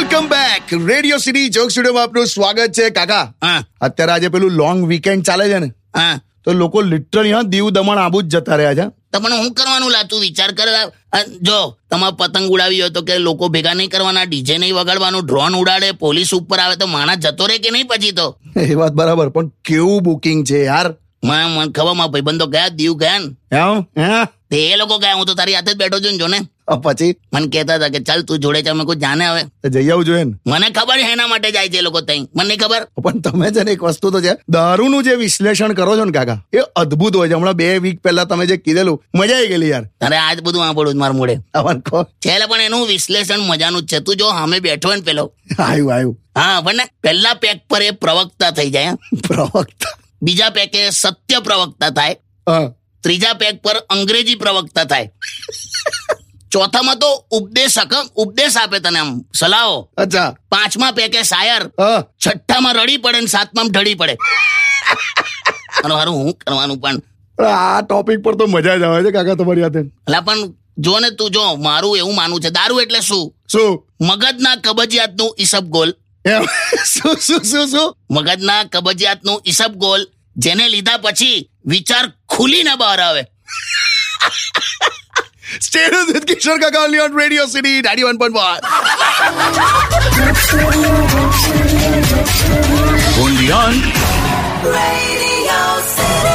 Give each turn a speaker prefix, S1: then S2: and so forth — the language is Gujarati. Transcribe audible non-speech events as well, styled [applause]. S1: Back radio city joke studio આપનું સ્વાગત છે કાકા
S2: હા
S1: અત્યારે આજે પેલું લોંગ વીકેન્ડ ચાલે છે ને
S2: હા
S1: તો લોકો લિટરલી હા દીવ દમણ આબુ જ જતા રહ્યા છે
S2: તમને શું કરવાનું લાતું વિચાર કર અ, જો તમારે પતંગ ઉડાવી હોય તો કે લોકો ભેગા નહીં કરવાના ડીજે નહીં વગાડવાનું ડ્રોન ઉડાડે પોલીસ ઉપર આવે તો માણસ જતો રહે કે નહીં પછી તો
S1: એ વાત બરાબર પણ કેવું બુકિંગ છે યાર
S2: મને મને ખબર મારા ભાઈબંધો ગયા દીવ ગયા ને
S1: એમ હે
S2: તે એ લોકો ગયા હું તો તારી હાથે જ બેઠો છું ને, જો ને
S1: અ પછી
S2: મને કહેતા હતા કે ચાલ તું જોડે ચાલ મેં કોઈ જાને હવે
S1: તો જઈ આવવું જોઈએ ને
S2: મને ખબર છે એના માટે જાય છે એ લોકો ત્યાં મને નહીં ખબર
S1: પણ તમે છે ને એક વસ્તુ તો છે દારૂનું જે વિશ્લેષણ કરો છો ને કાકા એ અદ્ભુત હોય છે હમણાં બે વીક પહેલા તમે જે કીધેલું મજા આવી ગયેલી યાર
S2: તારે આજ બધું સાંભળવું છે મારા મોડે
S1: આવન કહો
S2: છેલ્લે પણ એનું વિશ્લેષણ મજાનું જ છે તું જો અમે બેઠો હોય ને પેલો
S1: આવ્યું આવ્યું
S2: હા પણ ને પહેલા પેક પર એ પ્રવક્તા થઈ જાય હા.
S1: પ્રવક્તા
S2: બીજા પેકે સત્ય પ્રવક્તા થાય
S1: હા
S2: ત્રીજા પેક પર અંગ્રેજી પ્રવક્તા થાય ચોથામાં તો ઉપદેશક હં? ઉપદેશ આપે તને આમ સલાહો
S1: અચ્છા
S2: પાંચમા પેકે શાયર
S1: હા
S2: છઠ્ઠામાં રડી પડે ને સાતમાં ઢળી પડે હારું હારું હું કરવાનું પણ
S1: પણ આ ટોપિક પર તો મજા જ આવે છે કાકા તમારી સાથે
S2: અલા પણ જો ને તું જો મારું એવું માનવું છે દારૂ એટલે શું
S1: શું
S2: મગજના કબજિયાતનું ઈસબગોલ
S1: [laughs] એમ શું શું શું શું
S2: મગજના કબજિયાતનું ઈસબગોલ જેને લીધા પછી વિચાર ખુલીને બહાર આવે
S1: સ્ટેડ વિથ કિશોર કાકા only on radio city 91.1
S3: Radio City.